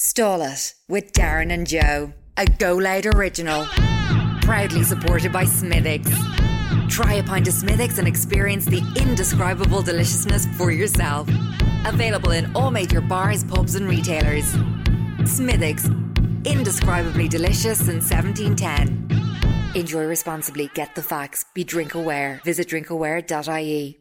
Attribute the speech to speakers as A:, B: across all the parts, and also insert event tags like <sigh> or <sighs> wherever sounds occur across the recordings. A: Stall It with Darren and Joe, a Go Loud original. Proudly supported by Smithix. Try a pint of Smithix and experience the indescribable deliciousness for yourself. Available in all major bars, pubs, and retailers. Smithix, indescribably delicious since 1710. Enjoy responsibly, get the facts, be drink aware. Visit drinkaware.ie.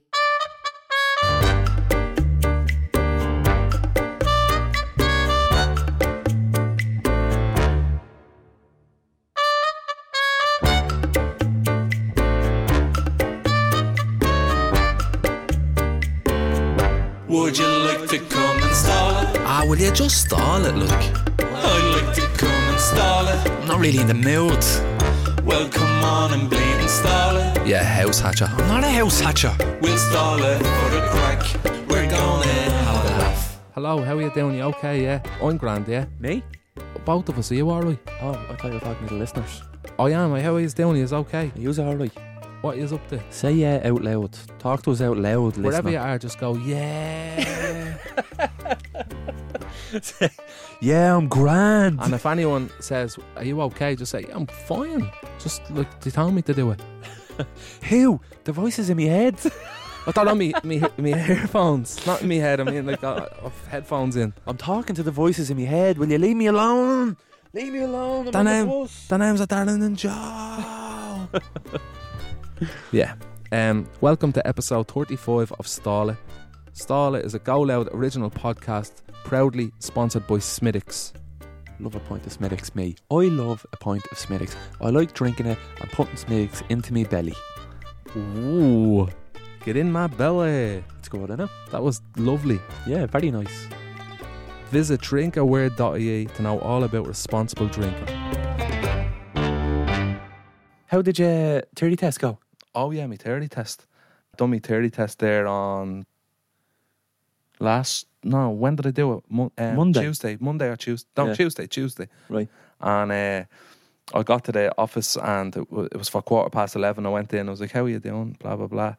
B: Would you like to come and stall it?
C: Ah, will you just stall it, look?
B: I'd like to come and stall it.
C: I'm not really in the mood.
B: Well, come on and bleed and stall it.
C: Yeah, house hatcher. I'm not a house hatcher.
B: We'll stall it for the crack. We're gonna have a laugh.
D: Hello, how are you doing? You okay? Yeah, I'm grand. Yeah,
E: Me?
D: both of us. Are you alright?
E: Oh, I thought you were talking to the listeners.
D: I am. eh? How are you doing? Is okay.
E: You alright.
D: What is up to?
E: Say yeah out loud. Talk to us out loud,
D: Wherever you
E: listener.
D: are, just go. Yeah.
E: Yeah, I'm grand.
D: and if anyone says, "Are you okay?" Just say, "I'm fine." Just like they told me to do it.
E: Who? The voices in my <laughs> head.
D: I thought on me, me, me <laughs> earphones, not in me head. I mean, like uh, I've headphones in.
E: I'm talking to the voices in my head. Will you leave me alone? Leave me alone. I'm
D: The
E: on
D: name-
E: the bus.
D: The name's a darling and
E: Ah.
D: Joe. yeah. Um, welcome to episode 35 of Stall It. Stall It is a Go Loud original podcast proudly sponsored by Smittix.
E: Love a pint of Smittix, me. I love a pint of Smittix. I like drinking it and putting Smittix into me belly.
D: Ooh. Get in my belly.
E: It's good, isn't it?
D: That was lovely.
E: Yeah, very nice.
D: Visit drinkaware.ie to know all about responsible drinking.
E: How did your 30 test go?
D: Oh, yeah, my 30 test. Done my 30 test there on last. No, when did I do it? Mon- uh,
E: Monday.
D: Tuesday. Monday or Tuesday. No,
E: Yeah.
D: Tuesday. Tuesday.
E: Right.
D: and uh, I got to the office and it, w- it was for quarter past 11. I went in, I was like, How are you doing? Blah, blah, blah.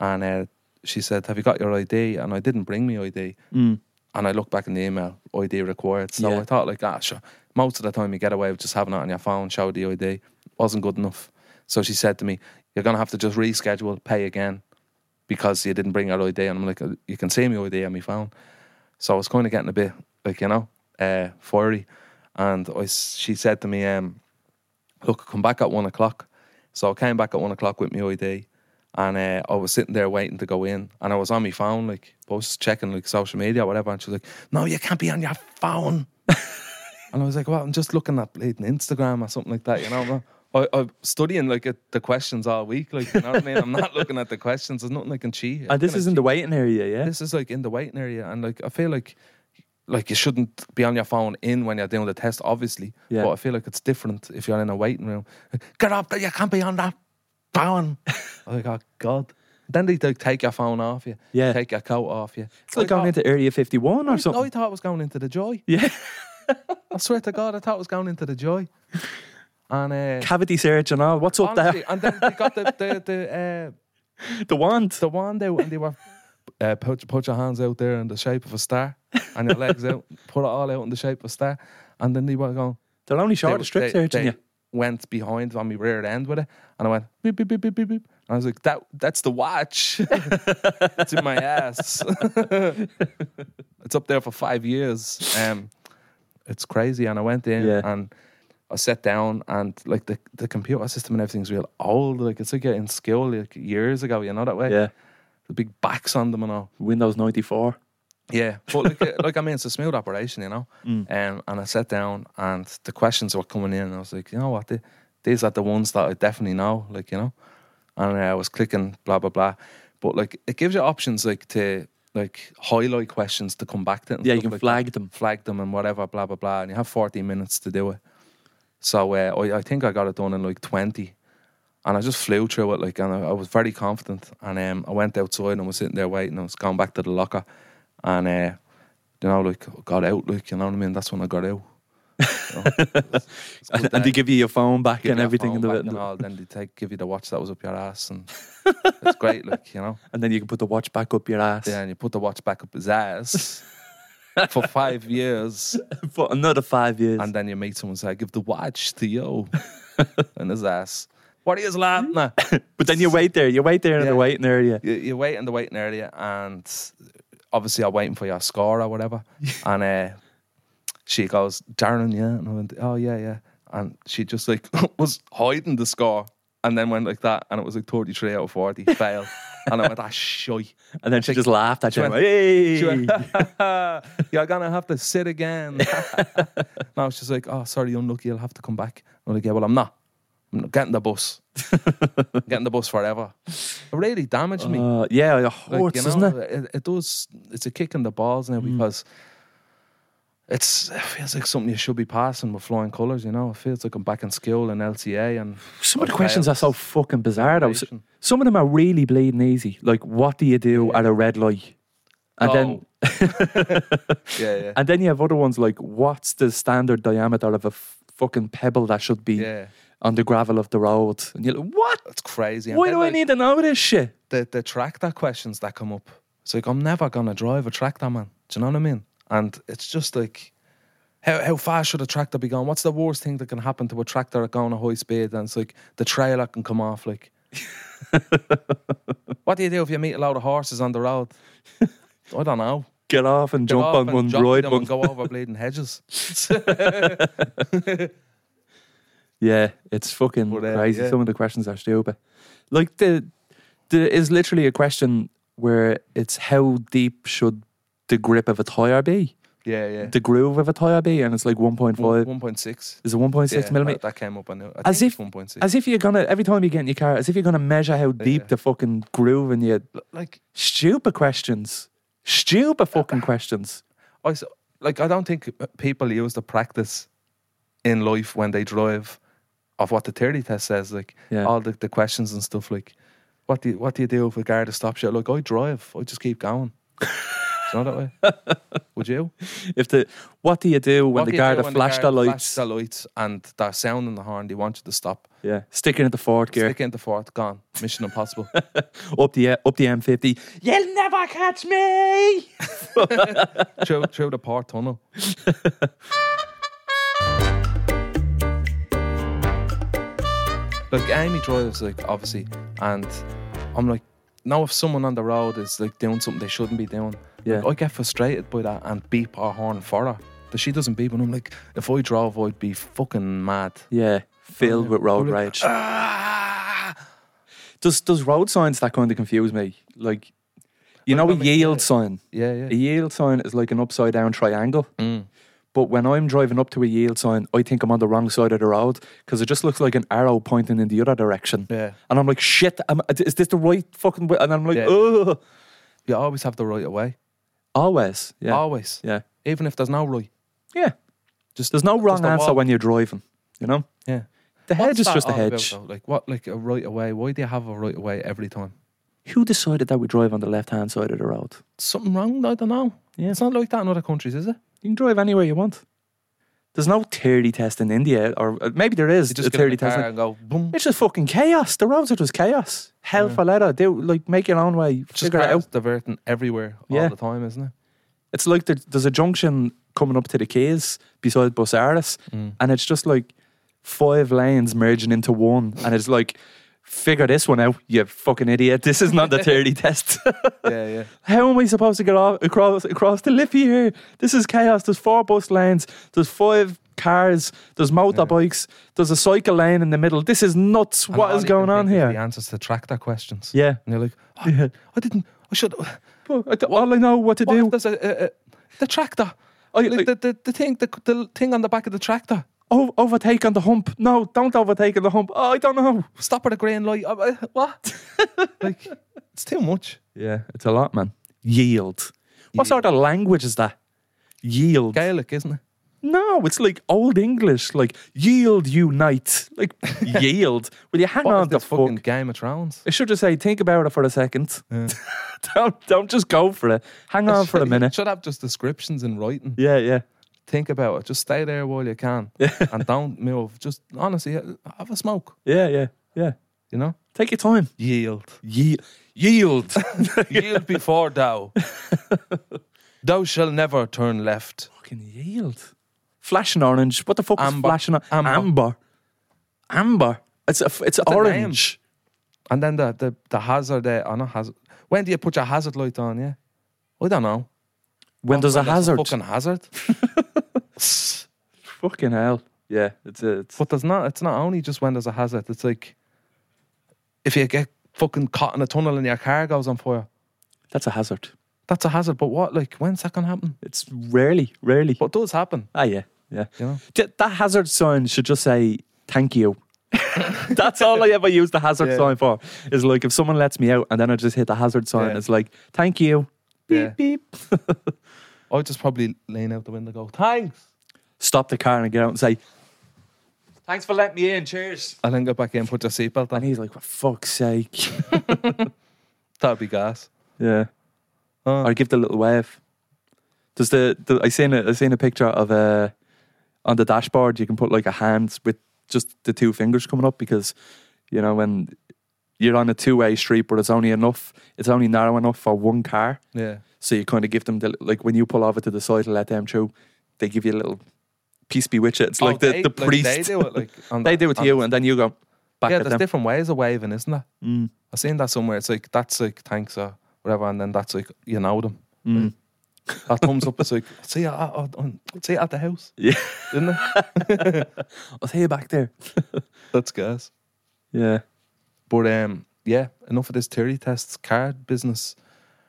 D: And uh, she said, Have you got your ID? And I didn't bring my ID.
E: Mm.
D: And I looked back in the email, ID required. So
E: Yeah.
D: I thought, like, ah, sure. Most of the time you get away with just having it on your phone, show the ID. Wasn't good enough. So she said to me, You're going to have to just reschedule, pay again because you didn't bring your ID. And I'm like, You can see my ID on my phone. So I was kind of getting a bit, like, you know, uh, fiery. And I, s- she said to me, um, Look, come back at one o'clock. So I came back at one o'clock with my ID. And uh, I was sitting there waiting to go in. And I was on my phone, like, I was just checking, like, social media or whatever. And she was like, No, you can't be on your
E: <laughs>
D: phone. and I was like, Well, I'm just looking at bleeding Instagram or something like that, you know? I, I'm studying, like, at the questions all week. Like, you know what I mean? I'm not looking at the questions. There's nothing I can cheat.
E: And this is in the waiting area, yeah?
D: This is like in the waiting area, and like I feel like like you shouldn't be on your phone in when you're doing the test, obviously.
E: Yeah.
D: But I feel like it's different if you're in a waiting room. Get up! You can't be on that
E: <laughs>
D: phone. I'm like, oh god. Then they like, take your phone off you.
E: Yeah.
D: Take your coat off you. oh,
E: It's like going into Area 51 or
D: I
E: something.
D: thought it was going into the joy.
E: Yeah.
D: I swear to God, I thought it was going into
E: <laughs>
D: the joy. And uh,
E: Cavity search and all. What's up
D: honestly,
E: there?
D: and then they got the the, the
E: <laughs>
D: uh,
F: <laughs>
E: The wand.
D: the one they and they were uh, put, put your hands out there in the shape of a star and your legs out, put it all out in the shape of a star, and then they were going.
E: They're only
D: they-
E: short of strip
D: they-
E: searching
D: they
E: you.
D: Went behind on my rear end with it, and I went beep beep beep beep beep. beep. And I was like, that that's
E: <laughs>
D: the watch. it's in my ass. it's up there for five years. Um, it's crazy. And I went in
E: Yeah.
D: and. I sat down and like the, the computer system and everything's real old. Like it's like you're in school like years ago, you know that way
E: Yeah.
D: the big backs on them and all.
E: Windows 94.
D: Yeah, but
E: <laughs>
D: like, uh, like I mean, it's a smooth operation, you know.
E: Mm.
D: Um, and I sat down, and the questions were coming in, and I was like, you know what, the- these are the ones that I definitely know, like you know. And uh, I was clicking blah blah blah, but like it gives you options like to like highlight questions to come back to. It and
E: Yeah, you
D: stuff
E: can
D: like
E: flag
D: that
E: them.
D: flag them and whatever, blah blah blah. And you have 14 minutes to do it. So uh, I, I think I got it done in like 20, and I just flew through it like, and I, I was very confident. And um, I went outside and was sitting there waiting. I was going back to the locker, and uh, you know, like got out, like you know what I mean. That's when I got out. You know? It's- it's
F: <laughs>
D: a
E: <laughs> And
D: good day.
E: they give you your phone back
D: Give
E: and
D: you a
E: everything. And,
D: phone
E: the,
D: back and all, then they take give you the watch that was up your ass, and it's
E: <laughs>
D: great, like you know.
E: and then you can put the watch back up your ass.
D: Yeah, and you put the watch back up his ass. for five years,
F: for another five years.
D: and then you meet someone and say, "Give the watch to you," and his ass. What are you laughing at?
F: but then you wait there. You wait there in
D: Yeah.
F: the waiting area.
D: you, you're waiting the waiting area, and obviously I'm waiting for your score or whatever. and uh, she goes, Darren, yeah. And I went, oh, yeah, yeah. And she just like <laughs> was hiding the score and then went like that. And it was like 33 out of 40, fail. and I went, ah, shite.
F: And then she just laughed at you.
D: went-
F: and went, hey.
D: She <laughs> went, you're going to have to sit again. <laughs> now she's like, oh, sorry, you're unlucky. You'll have to come back. I'm like, yeah, well, I'm not. I'm not getting the bus. I'm getting the bus forever. It really damaged me.
F: <laughs> Uh, yeah, it
D: Like,
F: hurts,
D: you
F: doesn't
D: know,
F: it? Mm.
D: it? It does. It's a kick in the balls now because it's it feels like something you should be passing with flying colours. You know, it feels like I'm back in school in LTA and
F: Some of the
D: I
F: questions are
D: failed.
F: so fucking bizarre, though. S-
D: Preparation.
F: Some of them are really bleeding easy. Like, what do you do at a red light? <sighs> And
D: Oh.
F: then,
D: <laughs> yeah, yeah,
F: <laughs> and then you have other ones like, what's the standard diameter of a f- fucking pebble that should be
D: yeah.
F: on the gravel of the road? And you're like, what?
D: It's crazy. And
F: Why
D: then,
F: do I
D: like,
F: need to know this shit?
D: the the tractor questions that come up? It's like I'm never gonna drive a tractor, man. Do you know what I mean? And it's just like. How, how fast should a tractor be going? What's the worst thing that can happen to a tractor at going a high speed? And it's like the trailer can come
F: <laughs>
D: off. Like, what do you do if you meet a load of horses on the road? I don't know.
F: Get off and <laughs> jump
D: off
F: on
D: and
F: one,
D: jockey
F: ride
D: them
F: one.
D: and go over
F: <laughs>
D: bleeding hedges.
F: Yeah, it's fucking
D: But, uh,
F: crazy.
D: yeah.
F: Some of the questions are stupid. Like the there is literally a question where it's how deep should the grip of a tire be,
D: Yeah, yeah.
F: the groove of a tire be, and it's like one point five.
D: One point six.
F: Is it one point six millimeter?
D: That, that came up. I knew. I
F: As
D: think
F: if-
D: one point six.
F: As if you're gonna every time you get in your car, as if you're gonna measure how deep
D: yeah.
F: the fucking groove in your
D: Like
F: stupid questions, stupid fucking questions.
D: I s- like I don't think uh, people use the practice in life when they drive of what the theory test says, like
F: Yeah.
D: all the, the questions and stuff like what do you what do you do if a guard stops you? Like I drive, I just keep going. it's not that way.
F: <laughs>
D: Would you?
F: If the what do you do when
D: What
F: the
D: do you do
F: guard
D: when
F: flash the
D: guard
F: lights?
D: flash the lights and they're sounding the horn, they want you to stop.
F: Yeah, sticking at the fourth gear.
D: Stick into fourth, gone. Mission impossible.
F: up the up the M50. You'll never catch me.
D: through, through the port tunnel. like Amy drives like obviously, and I'm like, now if someone on the road is like doing something they shouldn't be doing,
F: Yeah.
D: like, I get frustrated by that and beep our horn for her. That she doesn't beep, and I'm like, if I drove, I'd be fucking mad.
F: Yeah, filled with road
D: Public- <laughs>
F: rage. Ah! Does does road signs that kind of confuse me? Like, you know, a
D: I mean,
F: yield
D: yeah.
F: sign.
D: Yeah, Mm.
F: A
D: yeah,
F: yield sign is like an upside down triangle. But when I'm driving up to a yield sign, I think I'm on the wrong side of the road because it just looks like an arrow pointing in the other direction.
D: Yeah.
F: And I'm like, shit, am- is this the right fucking way? And I'm like,
D: Yeah.
F: oh,
D: you always have the right of way.
F: always. Yeah.
D: Always,
F: Yeah.
D: even if there's no right.
F: Yeah.
D: Just
F: There's no wrong
D: a
F: answer
D: wall.
F: when you're driving, you know?
D: Yeah.
F: The
D: What's
F: hedge is
D: that
F: just a
D: all about,
F: hedge.
D: though? Like what? Like a right away? Why do you have a right away every time?
F: Who decided that we drive on the left hand side of the road?
D: Something wrong? I don't know.
F: Yeah.
D: It's not like that in other countries, is it?
F: You can drive anywhere you want. There's no theory test in India, or uh, maybe there is
D: You
F: a
D: get in
F: theory
D: the
F: test.
D: car
F: in-
D: and go boom.
F: It's just fucking chaos. The roads are just chaos. Hell for leather. Do like make your own way.
D: Just
F: figure it
D: cars
F: out.
D: diverting everywhere
F: Yeah.
D: all the time, isn't it?
F: It's like there, there's a junction coming up to the Keys beside Busaris,
D: Mm.
F: and it's just like five lanes merging into one, and it's like. Figure this one out, you fucking idiot. This is not the theory
D: <laughs>
F: test.
D: Yeah, yeah.
F: How am I supposed to get off, across across the liffey here? This is chaos. There's four bus lanes. There's five cars. There's motorbikes. There's a cycle lane in the middle. This is nuts.
D: And
F: what
D: all
F: is
D: you can
F: going on
D: think is
F: here?
D: The answers to tractor questions.
F: Yeah.
D: And you're like, oh,
F: Yeah.
D: I didn't. I should. <sighs>
F: Well, I don't- All I know what to
D: What
F: do.
D: if there's a, a, a the tractor?
F: I-
D: like
F: I-
D: the, the the thing the, the thing on the back of the tractor.
F: Oh, overtake on the hump. No, don't overtake on the hump. Oh, I don't know.
D: Stop at a green light. Uh, uh,
F: <laughs>
D: What? like it's too much.
F: Yeah, it's a lot, man. Yield. What sort of language is that? Yield.
D: Gaelic, isn't it?
F: No, it's like old English. Like yield, you knight. <laughs> Like yield. Will you hang
D: What
F: on
D: is
F: Oh, the
D: this fucking
F: fuck?
D: Game of Thrones?
F: I should just say, think about it for a second. <laughs> don't don't just go for it. Hang on for a
D: You
F: minute.
D: Should have just descriptions in writing.
F: Yeah, yeah.
D: Think about it. Just stay there while you can, and don't move. Just honestly, have a smoke.
F: Yeah, yeah, yeah.
D: You know,
F: Take your time.
D: yield,
F: <laughs> Ye- yield. <laughs>
D: yield before thou. Thou shall never turn left.
F: Fucking yield. Flashing orange. What the fuck is
D: Amber.
F: flashing o-
D: Amber.
F: amber? Amber. It's a, it's
D: a
F: orange.
D: And then the the, the hazard, uh, oh, not hazard. When do you put your hazard light on? Yeah, I don't know.
F: When there's a
D: When
F: hazard.
D: fucking hazard.
F: Fucking hell. Yeah, it's a, it's
D: But there's not. It's not only just when there's a hazard. It's like if you get fucking caught in a tunnel and your car goes on fire.
F: that's a hazard.
D: That's a hazard. But what? Like when's that gonna happen?
F: It's rarely, rarely.
D: But it does happen.
F: ah, yeah, yeah.
D: You know?
F: Th- That hazard sign should just say "thank you." <laughs> that's all I ever use the hazard
D: Yeah.
F: sign for. Is like if someone lets me out and then I just hit the hazard sign.
D: Yeah.
F: It's like "thank you." Beep
D: Yeah.
F: beep.
D: I just probably lean out the window, and go thanks,
F: Stop the car and get out and say, "Thanks for letting me in. Cheers."
D: and then go back in, put your seatbelt
F: And
D: on.
F: he's like, "For fuck's sake!"
D: That'd be gas.
F: yeah.
D: Huh.
F: Or give the little wave. Does the, the I seen a, I seen a picture of a on the dashboard you can put like a hand with just the two fingers coming up because you know when you're on a two way street but it's only enough it's only narrow enough for one car
D: Yeah.
F: so you kind of give them the like when you pull over to the side to let them through they give you a little peace be with you it's like
D: Oh,
F: the,
D: they-
F: the
D: like,
F: priest
D: they do it like
F: <laughs>
D: on
F: They
D: the-
F: do it to
D: on
F: you
D: the-
F: and then you go back
D: yeah,
F: at
D: there's
F: them
D: different ways of waving, isn't there?
F: Mm.
D: I've seen that somewhere. It's like that's like thanks or whatever, and then that's like you know them.
F: Mm.
D: That thumbs up. It's like <laughs> see you at, at- on- see you at the house.
F: Yeah.
D: isn't
F: <laughs>
D: it?
F: I'll see you back there
D: That's gas.
F: yeah
D: But um, yeah, enough of this theory tests card business.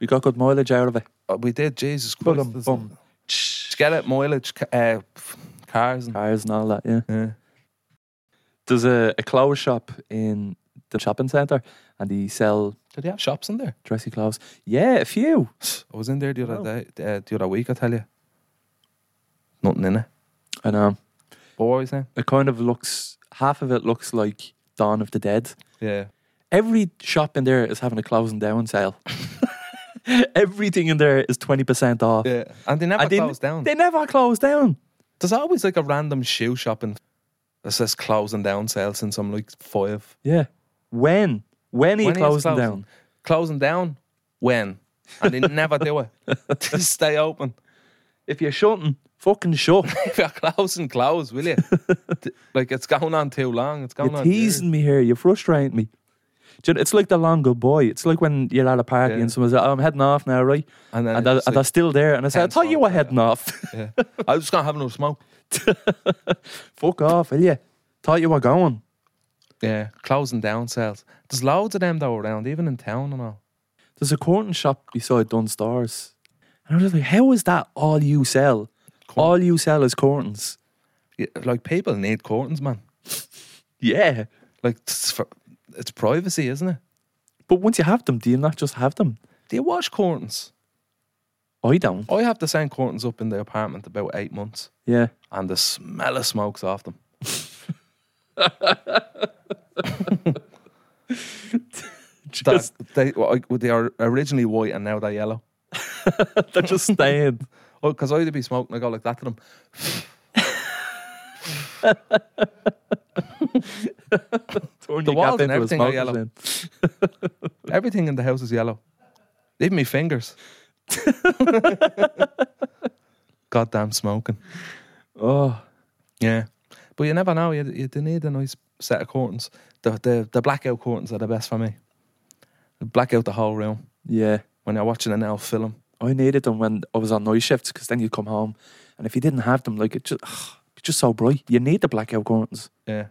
F: we got good mileage out of it
D: Uh, we did Jesus Christ.
F: Bum,
D: there's-
F: bum.
D: Just Get it mileage, ca- uh, pff, cars and
F: cars and all that yeah
D: yeah.
F: there's a, a clothes shop in the shopping centre and they sell
D: Did they have shops in there?
F: dressy clothes. Yeah, a few.
D: I was in there the other
F: Wow.
D: day, uh, the other week. I tell you, nothing in it.
F: I know.
D: But what were you saying?
F: It kind of looks, half of it looks like Dawn of the Dead.
D: Yeah,
F: Every shop in there is having a closing down
D: <laughs>
F: sale. Everything in there is 20% off.
D: yeah. And they never
F: And they-
D: closed down.
F: They never close down.
D: There's always like a random shoe shop in that says closing down sale since I'm like five.
F: Yeah. When? When are you
D: When are you
F: closing
D: closing?
F: down?
D: Closing down when? And they never do <laughs> it. They stay open.
F: If you're shutting, fucking shut.
D: If you're closing, close, will <laughs> you? D- like it's going on too long. It's going
F: You're
D: on.
F: teasing me here. You're frustrating me. Do you know, It's like the long goodbye. It's like when you're at a party
D: Yeah.
F: and someone's like, oh, I'm heading off now, right?
D: And then
F: And,
D: it's
F: I,
D: just
F: and
D: like-
F: I'm still there. And I said, I
D: Ten
F: thought you
D: songs
F: were
D: later.
F: heading off. <laughs>
D: years. <laughs> Yeah. I was just gonna have another smoke.
F: Fuck off, will you? Thought you were going.
D: Yeah, closing down sales. There's loads of them though around, even in town and all.
F: There's a curtain shop beside Dunstars. And I was like, how is that all you sell? All you sell is curtains.
D: Yeah, Like people need curtains, man.
F: Yeah.
D: Like it's, for, it's privacy, isn't it?
F: But once you have them, do you not just have them?
D: Do you wash curtains?
F: I don't.
D: I have the same curtains up in the apartment about eight months.
F: Yeah.
D: and the smell of smoke's off them. That, they, well, I- well, they are originally white and now they're yellow.
F: They're just
D: <laughs>
F: staying.
D: Because I'd be smoking, I go like that to them.
F: Turn
D: The
F: your
D: walls
F: cap into a
D: and everything are
F: smoker's
D: yellow.
F: den.
D: Everything in the house is yellow. Even
F: <laughs>
D: my fingers. Goddamn smoking.
F: Oh,
D: Yeah. But you never know. You, you do need a nice set of curtains. The, the, the blackout curtains are the best for me. Black out the whole room
F: yeah.
D: when you're watching an L film.
F: I needed them when I was on night shifts because then you'd come home, and if you didn't have them, like it just, it's just so bright. You need the blackout curtains.
D: Yeah.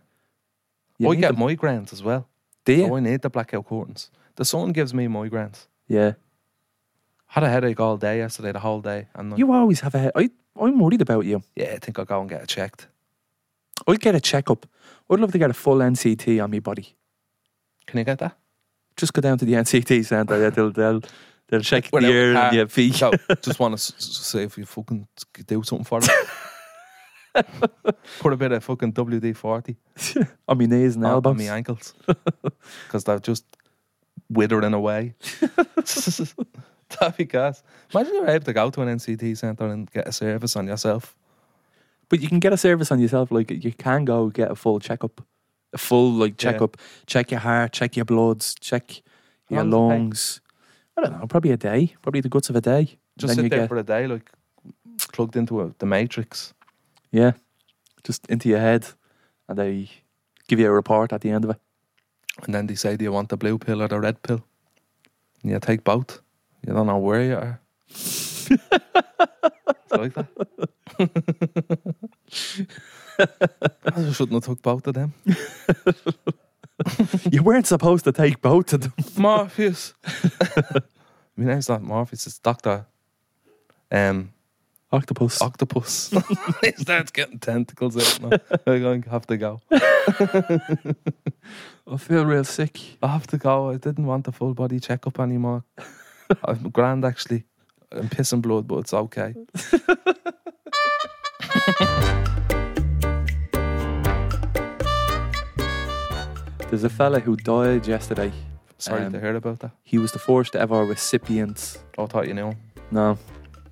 F: You
D: I
F: need
D: get
F: them.
D: migraines as well.
F: Do you?
D: So Oh, I need the blackout curtains. The sun gives me migraines.
F: yeah.
D: Had a headache all day yesterday, the whole day. And like,
F: You always have a head. I, I'm worried about you.
D: yeah, I think I'll go and get it checked.
F: I'd get a checkup. I'd love to get a full NCT on my body.
D: Can you get that?
F: Just go down to the NCT centre. yeah, They'll, they'll, they'll
D: <laughs>
F: check the ear and your feet.
D: uh,
F: <laughs>
D: So, just want to s- s- see if you fucking do something for me.
F: <laughs>
D: Put a bit of fucking WD 40
F: on my knees and
D: on
F: elbows.
D: my ankles. Because they're just withering
F: <laughs>
D: away. That'd be gas. Imagine you're able to go to an NCT centre and get a service on yourself.
F: But you can get a service on yourself. Like you can go get a full checkup, a full like
D: Yeah.
F: checkup. Check your heart, check your bloods, check
D: How
F: your
D: long does it take?
F: lungs. I don't know. Probably a day. Probably the guts of a day.
D: Just
F: then
D: sit
F: you
D: there
F: get-
D: for a day, like plugged into a, the matrix.
F: Yeah. Just into your head. And they give you a report at the end of it. <laughs>
D: And then they say, Do you want the blue pill or the red pill? And you take both. You don't know where you are. it's like that. <laughs> I just shouldn't have took both of them.
F: you weren't supposed to take both of them. <laughs>
D: Morpheus. <laughs> My name's not Morpheus, it's Doctor um,
F: Octopus.
D: <laughs> Octopus. he starts getting tentacles out
F: <laughs>
D: now. I'm going to have to go.
F: I feel real sick.
D: I have to go. I didn't want the full body checkup anymore.
F: <laughs>
D: I'm grand actually. I'm pissing blood, but it's okay.
F: There's a fella who died yesterday.
D: Sorry
F: Um,
D: to hear about that. Oh,
F: He was the first ever recipient.
D: I thought you knew.
F: No,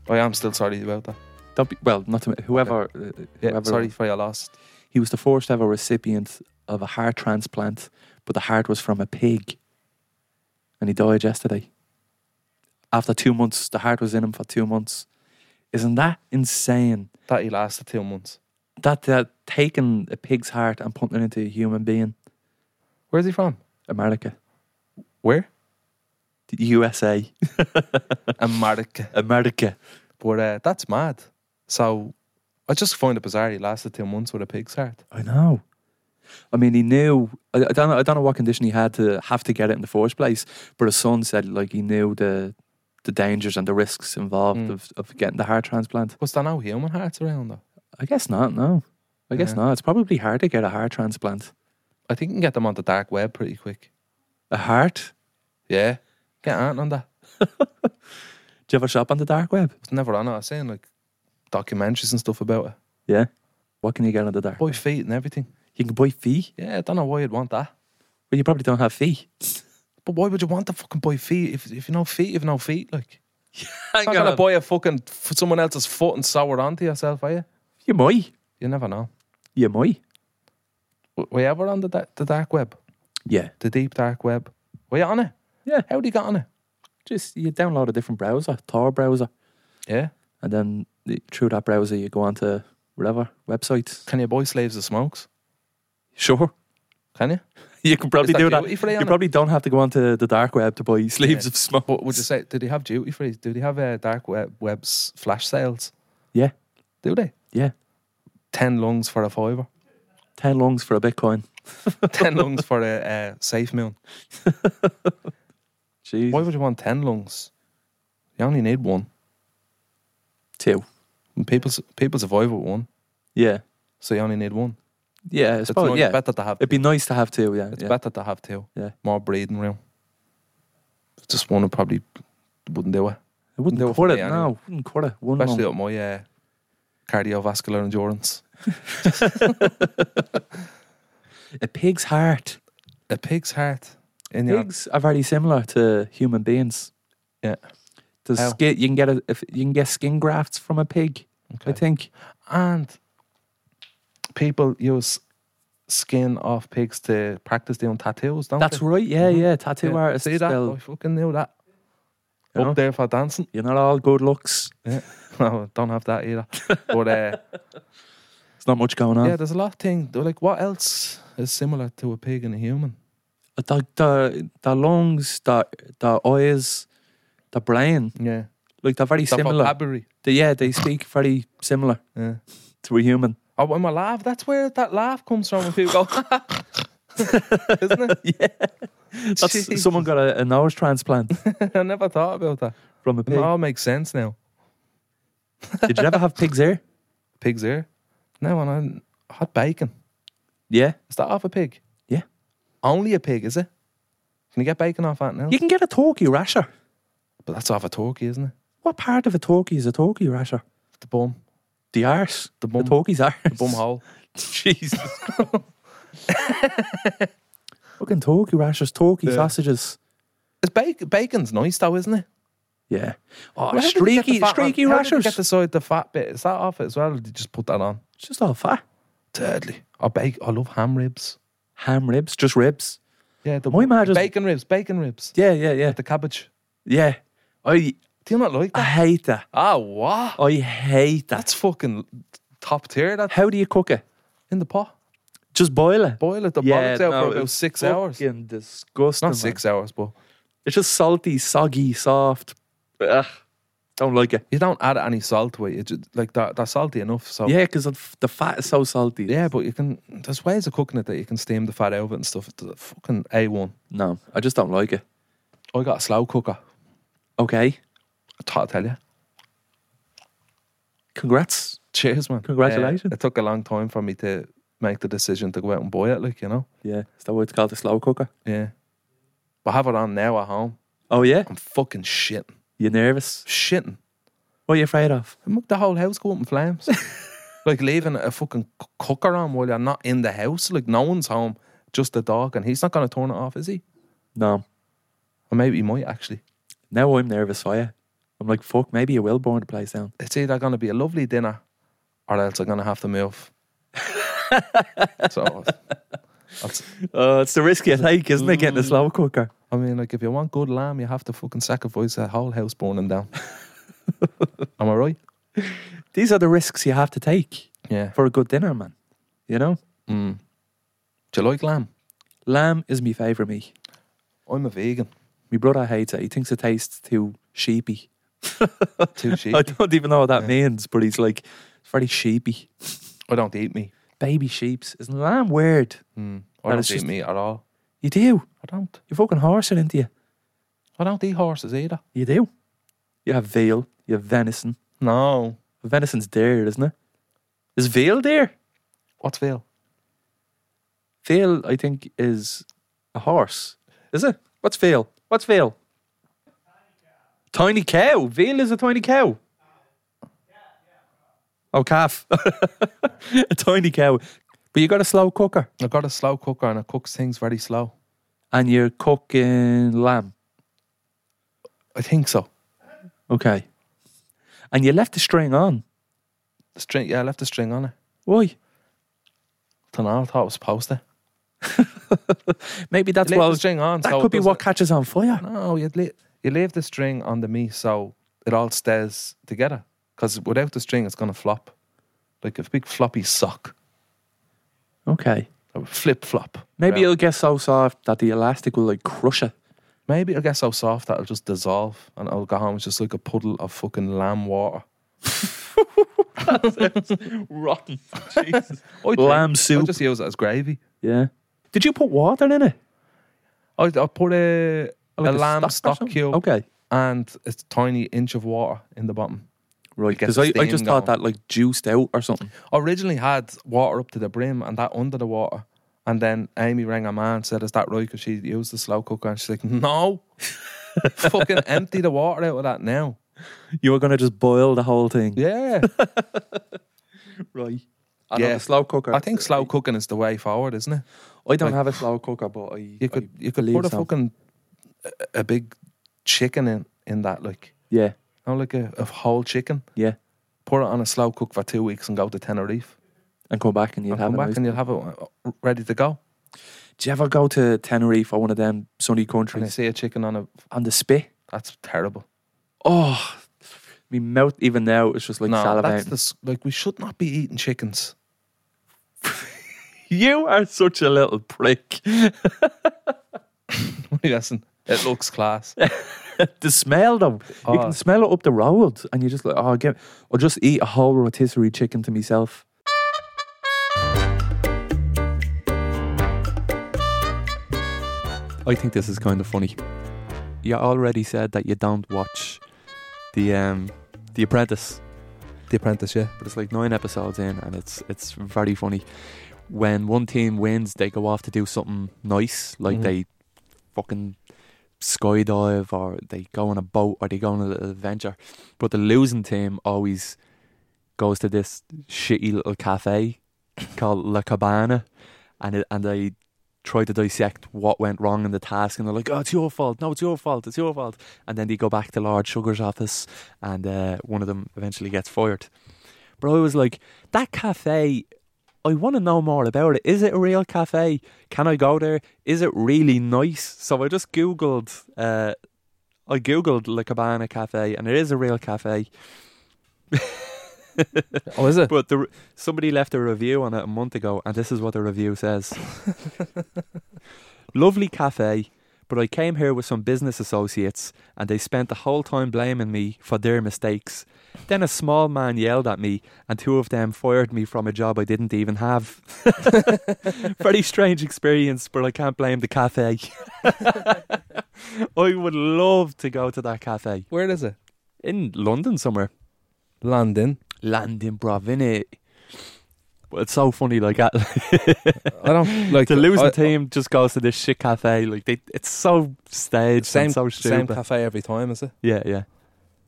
D: I am still sorry about that.
F: don't be, well, not to, whoever. uh,
D: Yeah,
F: whoever
D: sorry for your loss.
F: He was the first ever recipient of a heart transplant, but the heart was from a pig. And he died yesterday. After two months, the heart was in him for two months. Isn't that insane?
D: That he lasted two months.
F: That that taking a pig's heart and putting it into a human being,
D: Where's he from?
F: America,
D: Where?
F: the USA,
D: <laughs> America.
F: <laughs> America.
D: But uh, that's mad. So I just find it bizarre he lasted two months with a pig's heart.
F: I know. I mean, he knew. I, I don't. Know, I don't know what condition he had to have to get it in the first place. But his son said, like, he knew the the dangers and the risks involved
D: Mm.
F: of, of getting the heart transplant.
D: Was there no human hearts around though?
F: I guess not. No, I guess
D: Yeah.
F: not. It's probably hard to get a heart transplant.
D: I think you can get them on the dark web pretty quick.
F: A heart?
D: Yeah. Get Ant on that.
F: Do you ever shop on the dark web?
D: It's never on it. I was saying like documentaries and stuff about it.
F: Yeah. What can you get on the dark?
D: Boy feet and everything.
F: You can buy fee.
D: Yeah, I don't know why you'd want that.
F: Well, you probably don't have fee.
D: But why would you want to fucking buy feet if, if you know feet, if no feet? Like,
F: I'm
D: you're not gonna buy a fucking f- someone else's foot and sew it onto yourself, are you?
F: You might.
D: You never know.
F: You might.
D: W- Were you ever on the, da- the dark web,
F: Yeah.
D: the deep dark web? Were you on it?
F: Yeah.
D: How do you get on it?
F: Just you download a different browser, Tor browser.
D: Yeah.
F: and then the- through that browser you go onto whatever websites.
D: Can you buy slaves of smokes?
F: Sure, <laughs>
D: Can you?
F: you can probably
D: Is that
F: do that.
D: duty free
F: You
D: on it?
F: probably don't have to go onto the dark web to buy sleeves
D: Yeah.
F: of smoke.
D: But would you say, do they have duty free? Do they have uh, dark web webs flash sales?
F: Yeah,
D: Do they?
F: yeah.
D: Ten lungs for
F: <laughs>
D: a fiver.
F: Ten lungs for a bitcoin.
D: Ten lungs for a uh, safe meal.
F: Jeez,
D: Why would you want ten lungs? You only need one.
F: two.
D: And People s- people survive with one,
F: Yeah, so
D: so you only need one.
F: yeah. I
D: It's
F: suppose,
D: nice-
F: yeah.
D: better to have.
F: It'd be nice to have two. Yeah,
D: It's
F: yeah.
D: better to have two.
F: Yeah.
D: More breathing room. Just one would probably wouldn't do it,
F: I wouldn't
D: they
F: do
D: were
F: it.
D: for me anyway.
F: No, wouldn't cut it. One
D: especially
F: lung.
D: at my uh, cardiovascular endurance.
F: a pig's heart.
D: A pig's heart in your
F: Pigs are very similar to human beings.
D: Yeah.
F: The
D: How?
F: skin, you can get a, if you can get skin grafts from a pig. I
D: Okay.
F: think.
D: and people use skin off pigs to practice doing tattoos. Don't
F: That's
D: they?
F: right. Yeah, yeah. Tattoo
D: Mm-hmm. Yeah.
F: artists.
D: See that?
F: they'll-
D: I fucking knew that.
F: You know?
D: Up there for dancing. <laughs>
F: You're not all good looks.
D: No, don't have that either.
F: <laughs>
D: But uh,
F: There's not much going on.
D: yeah, there's a lot of things. Like, what else is similar to a pig and a human?
F: The, the, the lungs, the, the eyes, the brain,
D: Yeah,
F: like they're very
D: The
F: similar.
D: vocabulary.
F: They- yeah, they speak very similar
D: Yeah.
F: to a
D: <laughs>
F: human.
D: Oh, when I laugh, that's where that laugh comes from. When people go, <laughs> isn't it?
F: <laughs> That's,
D: Jeez.
F: someone got a, a nose transplant
D: <laughs> I never thought about that.
F: from a
D: It
F: pig.
D: <laughs> all makes sense now.
F: Did you ever have pig's ear?
D: Pig's ear. Now and I had bacon.
F: Yeah.
D: Is that off a pig?
F: Yeah.
D: Only a pig, is it? Can you get bacon off that now?
F: You can get a turkey rasher.
D: But that's off a turkey, isn't it?
F: What part of a turkey is a turkey rasher?
D: The bum,
F: The arse.
D: The bum.
F: The turkey's arse. The
D: bum hole.
F: <laughs> Jesus Christ. Fucking turkey rashers, turkey
D: Yeah.
F: sausages.
D: It's bacon. Bacon's nice though, isn't it?
F: Yeah.
D: Well,
F: Oh,
D: how did they get the
F: streaky,
D: fat on-
F: streaky
D: how did they
F: rashers.
D: Get the side the fat bit. Is that off it as well? Or did you just put that on?
F: It's just all fat.
D: Thirdly, I bake. I love ham ribs.
F: Ham ribs, just ribs.
D: Yeah, the
F: My ma just-
D: bacon ribs. Bacon ribs.
F: Yeah, yeah, yeah.
D: The cabbage.
F: Yeah. I
D: Do you not like
F: I
D: that?
F: hate that.
D: Ah, what?
F: I hate that.
D: That's fucking top tier. That
F: How do you cook it?
D: in the pot.
F: Just boil it.
D: Boil it. The bollocks out for about six hours.
F: Fucking disgusting.
D: Not
F: man.
D: six hours, but
F: It's just salty, soggy, soft. Ugh, don't like it.
D: you don't add any salt to it. You just, like that, that's salty enough. So
F: Yeah, because the fat is so salty.
D: Yeah, but you can. There's ways of cooking it that you can steam the fat out of it and stuff. It's a fucking a one.
F: No, I just don't like it.
D: I got a slow cooker.
F: Okay.
D: I thought I'd tell you.
F: Congrats.
D: Cheers, man.
F: Congratulations.
D: Uh, it took a long time for me to make the decision to go out and buy it. Like you know.
F: Yeah. Is that what it's called? The slow cooker?
D: Yeah. But I have it on now at home.
F: Oh, yeah.
D: I'm fucking shitting,
F: You nervous?
D: shitting.
F: What are you afraid of?
D: It make the whole house go up in
F: <laughs>
D: flames. like leaving a fucking c- cooker on while you're not in the house. Like no one's home, just the dog, and he's not gonna turn it off, is he?
F: No.
D: Or maybe he might actually.
F: Now I'm nervous for you. I'm like, fuck, maybe you will burn the place down.
D: It's either gonna be a lovely dinner, or else I'm gonna have
F: <laughs>
D: to move. so, that's-
F: Oh, it's the risk you take, isn't it? Getting a slow cooker.
D: I mean, like if you want good lamb, you have to fucking sacrifice a whole house
F: <laughs>
D: burning down. Am I right?
F: These are the risks you have to take
D: Yeah.
F: for a good dinner, man. You know?
D: Do you like lamb?
F: Lamb is my favourite meat.
D: I'm a vegan.
F: My brother hates it. He thinks it tastes too sheepy. <laughs>
D: Too sheep.
F: I don't even know what that means, but he's like, it's very sheepy.
D: I don't eat meat.
F: Baby sheeps. Isn't lamb weird?
D: I
F: Well,
D: don't
F: it's
D: eat
F: just-
D: meat at all.
F: You do.
D: I don't.
F: You fucking horse it into you.
D: I don't eat horses either.
F: You do. You have veal. You have venison.
D: No.
F: Venison's there, isn't it? Is veal there?
D: What's veal?
F: Veal, I think, is a horse. Is it? What's veal? What's veal? Tiny cow. Veal is a tiny cow. Oh, calf. <laughs> a tiny cow. But you got a slow cooker
D: I've got a slow cooker and it cooks things very slow.
F: and you're cooking lamb.
D: I think so.
F: Okay. And you left the string on.
D: The string, yeah, I left the string on it.
F: Why?
D: Then I thought it was supposed to.
F: Maybe that's
D: Leave
F: what.
D: the string on.
F: That
D: so it
F: could be
D: doesn't-
F: what catches on fire.
D: No, Oh, you leave, you leave the string on the meat so it all stays together. Because without the string, it's going to flop. Like a big floppy sock.
F: Okay.
D: A flip flop.
F: Maybe
D: Well,
F: it'll get so soft that the elastic will like crush it.
D: maybe it'll get so soft that it'll just dissolve and it'll go home. It's just like a puddle of fucking lamb water.
F: Rotten. Jesus.
D: I
F: Lamb
D: I'll
F: soup.
D: just use it as gravy.
F: Yeah. Did you put water in it?
D: I, I put a, a
F: Like
D: lamb
F: or
D: stock,
F: something?
D: cube
F: Okay.
D: and a tiny inch of water in the bottom.
F: Right.
D: get
F: Because
D: the
F: I, I
D: steam
F: just thought
D: going.
F: that like juiced out or something.
D: originally had water up to the brim and that under the water. And then Amy rang her man and said, Is that right? Because she used the slow cooker. And she's
F: <laughs>
D: like, No. Fucking empty the water out of that now.
F: You were going to just boil the whole thing.
D: Yeah.
F: Right. I
D: Yeah.
F: yeah. slow cooker.
D: I think slow cooking is the way forward, isn't it?
F: I don't have a slow cooker, but I.
D: You could
F: I
D: you could
F: believe
D: put a
F: so.
D: fucking a, a big chicken in, in that like
F: Yeah.
D: you know, like a, a whole chicken.
F: Yeah.
D: Put it on a slow cook for two weeks and go to Tenerife.
F: And come back and you'd
D: And
F: have
D: come
F: a
D: back
F: nice-
D: and you'll have it uh, ready to go.
F: Do you ever go to Tenerife or one of them sunny
D: And you
F: countries
D: see a chicken on a
F: and the spit?
D: that's terrible.
F: Oh, my mouth even now is just like
D: no, that's
F: salivating.
D: the, s- like we should not be eating chickens.
F: You are such a little prick.
D: Listen, it looks class.
F: the smell though, you
D: Oh.
F: can smell it up the road, and you're just like, oh, give, I'll just eat a whole rotisserie chicken to myself.
G: I think this is kind of funny. You already said that you don't watch the um, The Apprentice,
D: the Apprentice, yeah.
G: but it's like nine episodes in, and it's it's very funny. When one team wins, they go off to do something nice, like
D: Mhm.
G: they fucking skydive or they go on a boat or they go on a little adventure. But the losing team always goes to this shitty little cafe called La Cabana, and it, and they try to dissect what went wrong in the task, and they're like, "Oh, it's your fault! No, it's your fault! It's your fault!" And then they go back to Lord Sugar's office, and uh, one of them eventually gets fired. But I was like, "That cafe." I want to know more about it. Is it a real cafe? Can I go there? Is it really nice? So I just googled. Uh,
F: I googled La Cabana Cafe, and it is a real cafe.
D: Oh, is it?
F: But the, re- somebody left a review on it a month ago, and this is what the review says Lovely cafe, but I came here with some business associates, and they spent the whole time blaming me for their mistakes. Then a small man yelled at me, and two of them fired me from a job I didn't even have. Very strange experience, but I can't blame the cafe. <laughs> I would love to go to that cafe
D: Where is it?
F: in London somewhere.
D: London.
F: Landon Brav, innit? But it's so funny, like, <laughs> at,
D: I
F: <laughs>
D: don't like
F: the losing
D: I-
F: team just goes to this shit cafe. Like, they, it's so staged
D: Same,
F: and so
D: same
F: stupid.
D: cafe every time, is it?
F: yeah, yeah.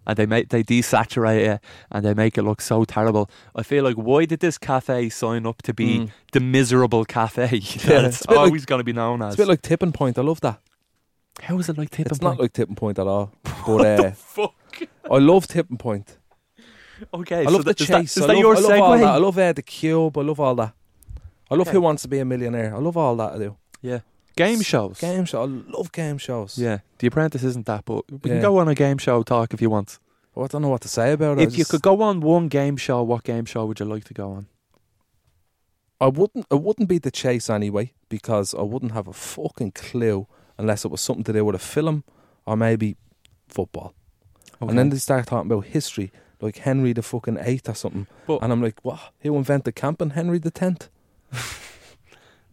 F: And they make they desaturate it and they make it look so terrible. I feel like why did this cafe sign up to be
D: Mm.
F: the miserable cafe <laughs> that
D: <laughs> Yeah,
F: it's
D: it's a bit like-
F: always going to be known as?
D: It's a bit like Tipping Point. I love that.
F: How is it like tipping
D: it's
F: point?
D: not like Tipping Point
F: <laughs>
D: at all. But uh,
F: fuck.
D: I love Tipping Point.
F: Okay,
D: I
F: so
D: love the
F: that, is that-
D: chase.
F: Is
D: I
F: that
D: love,
F: your
D: I love
F: segue?
D: all that. I love uh, the cube. I love all that. I love
F: Okay.
D: Who Wants to Be a Millionaire. I love all that. I do.
F: Game shows.
D: Game show. I love game shows.
F: Yeah, The Apprentice isn't that, but we can
D: Yeah.
F: go on a game show talk if you want.
D: Oh, I don't know what to say about it. I
F: If you
D: just-
F: could go on one game show, what game show would you like to go on?
D: I wouldn't. It wouldn't be the chase anyway because I wouldn't have a fucking clue unless it was something to do with a film or maybe football. And then they start talking about history, like Henry the fucking Eighth or something.
F: But-
D: and I'm like, what? Who invented camping? Henry the Tenth?
F: <laughs>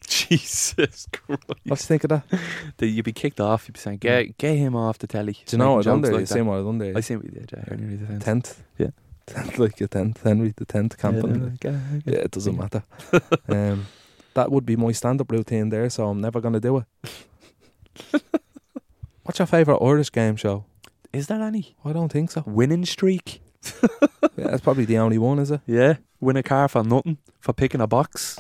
F: Jesus Christ, Mm.
D: What do you think
F: <laughs>
D: of that? Do
F: The- you'd be kicked off. You'd be saying, "Get, get him off the telly."
D: you know what
F: Making
D: I done
F: jokes
D: there?
F: like
D: you
F: that.
D: seen what I done there?
F: I seen what you did. Yeah, Henry the Tenth.
D: <laughs> Tenth.
F: Yeah.
D: Tenth, like your tenth, Henry the Tenth camping.
F: Yeah, yeah, yeah, yeah.
D: Yeah, it doesn't
F: <laughs>
D: matter. um, that would be my stand-up routine there, so I'm never gonna do it.
F: <laughs>
D: What's your favourite Irish game show?
F: Is there any
D: I don't think so.
F: winning streak?
D: <laughs> Yeah, that's probably the only one, is it?
F: Yeah, win a car for nothing for picking a box.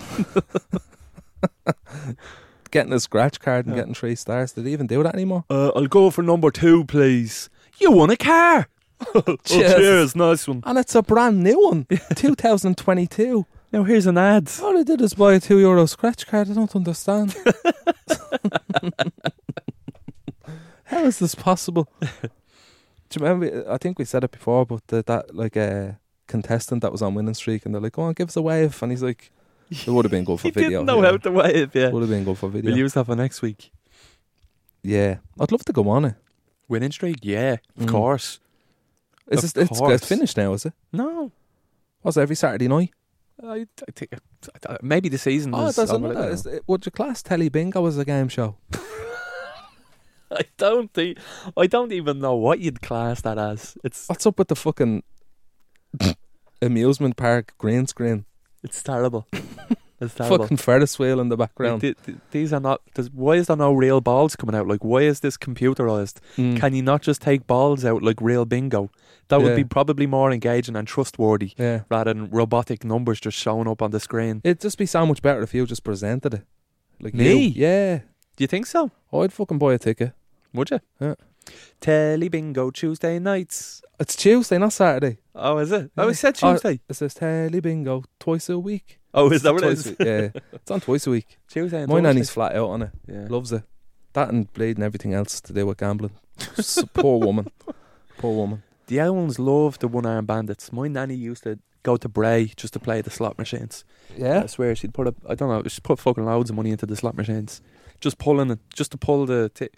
D: Getting a scratch card and
F: Yeah.
D: getting three stars. Did they even do that <laughs> anymore?
F: Uh, I'll go for number two, please. You won a car. oh,
D: Jesus.
F: <laughs> cheers, nice one.
D: And it's a brand new <laughs> one, 2022.
F: Now here's an ad.
D: All I did is buy a two euro scratch card. I don't <laughs> understand. How is this possible? <laughs> Do you remember? I think we said it before, but the, that like uh, contestant that was on winning streak, and they're like, "Go on, give us a wave," and he's like, "It would have been good for <laughs>
F: He
D: video.
F: didn't know how to wave. Yeah,
D: Would have been good for video.
F: we'll use that for next week.
D: yeah, I'd love to go on it.
F: Winning streak? Yeah, of
D: Mm.
F: course.
D: It's,
F: Of
D: just, it's,
F: course.
D: it's finished now, is it?
F: No,
D: Was it every Saturday night?
F: I, I think I- I- maybe the season.
D: Oh,
F: is
D: there's
F: over, I
D: another.
F: don't
D: Is,
F: know.
D: would you class Telly Bingo as a game show?
F: I don't think. I don't even know what you'd class that as. It's
D: What's up with the fucking <coughs> amusement park green screen?
F: it's terrible. <laughs> It's terrible.
D: Fucking Ferris wheel in the
F: Like,
D: background.
F: th- th- these are not. There's, why is there no real balls coming out? Like, why is this computerized?
D: Mm.
F: Can you not just take balls out like real bingo? That would
D: Yeah.
F: be probably more engaging and trustworthy
D: yeah.
F: rather than robotic numbers just showing up on the screen.
D: It'd just be so much better if you just presented it. Like
F: Me?
D: You. Yeah.
F: Do you think so?
D: I'd fucking buy a ticket.
F: Would you?
D: Yeah.
F: Telly bingo Tuesday nights.
D: It's Tuesday, not Saturday.
F: Oh, is it? Oh,
D: Yeah.
F: we said
D: Oh,
F: Tuesday.
D: It says Telly Bingo twice a week.
F: Oh, is that what it
D: Twice
F: is?
D: a- yeah. It's on twice a week.
F: <laughs> Tuesday.
D: My nanny's flat out on it.
F: yeah.
D: Loves it. That and bleeding everything else to do with gambling. S- Poor woman. Poor woman.
F: The other ones love the one arm bandits. My nanny used to go to Bray just to play the slot machines. I
D: Yeah.
F: swear she'd put up. I don't know. She'd put fucking loads of money into the slot machines, just pulling it, just to pull the, t-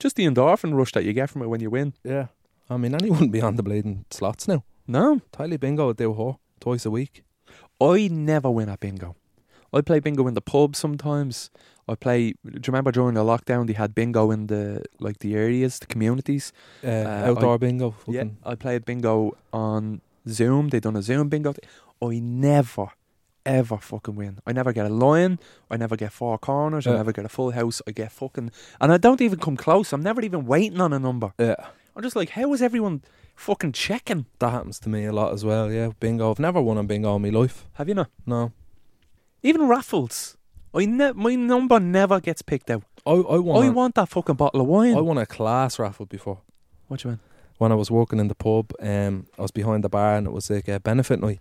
F: just the endorphin rush that you get from it when you win.
D: Yeah. I mean, nanny wouldn't be on the bleeding slots now.
F: No,
D: Telly Bingo would do her twice a week.
F: I never win at bingo. I play bingo in the pub sometimes. I play. Do you remember during the lockdown they had bingo in the like the areas, the communities?
D: Uh,
F: Uh,
D: outdoor bingo. Fucking.
F: Yeah, I played bingo on Zoom. They done a Zoom bingo. Th- I never, ever fucking win. I never get a lion. I never get four corners. I
D: Yeah.
F: never get a full house. I get fucking, and I don't even come close. I'm never even waiting on a number.
D: Yeah.
F: I'm just like, how is everyone fucking checking?
D: That happens to me a lot as well. Yeah, bingo. I've never won on bingo in my life.
F: Have you not?
D: No,
F: Even raffles. I ne- my number never gets picked out.
D: I I Oh, won.
F: I
D: a-
F: want that fucking bottle of wine.
D: I won a class raffle before
F: what you mean?
D: when I was working in the pub. Um, I was behind the bar and it was like a benefit night,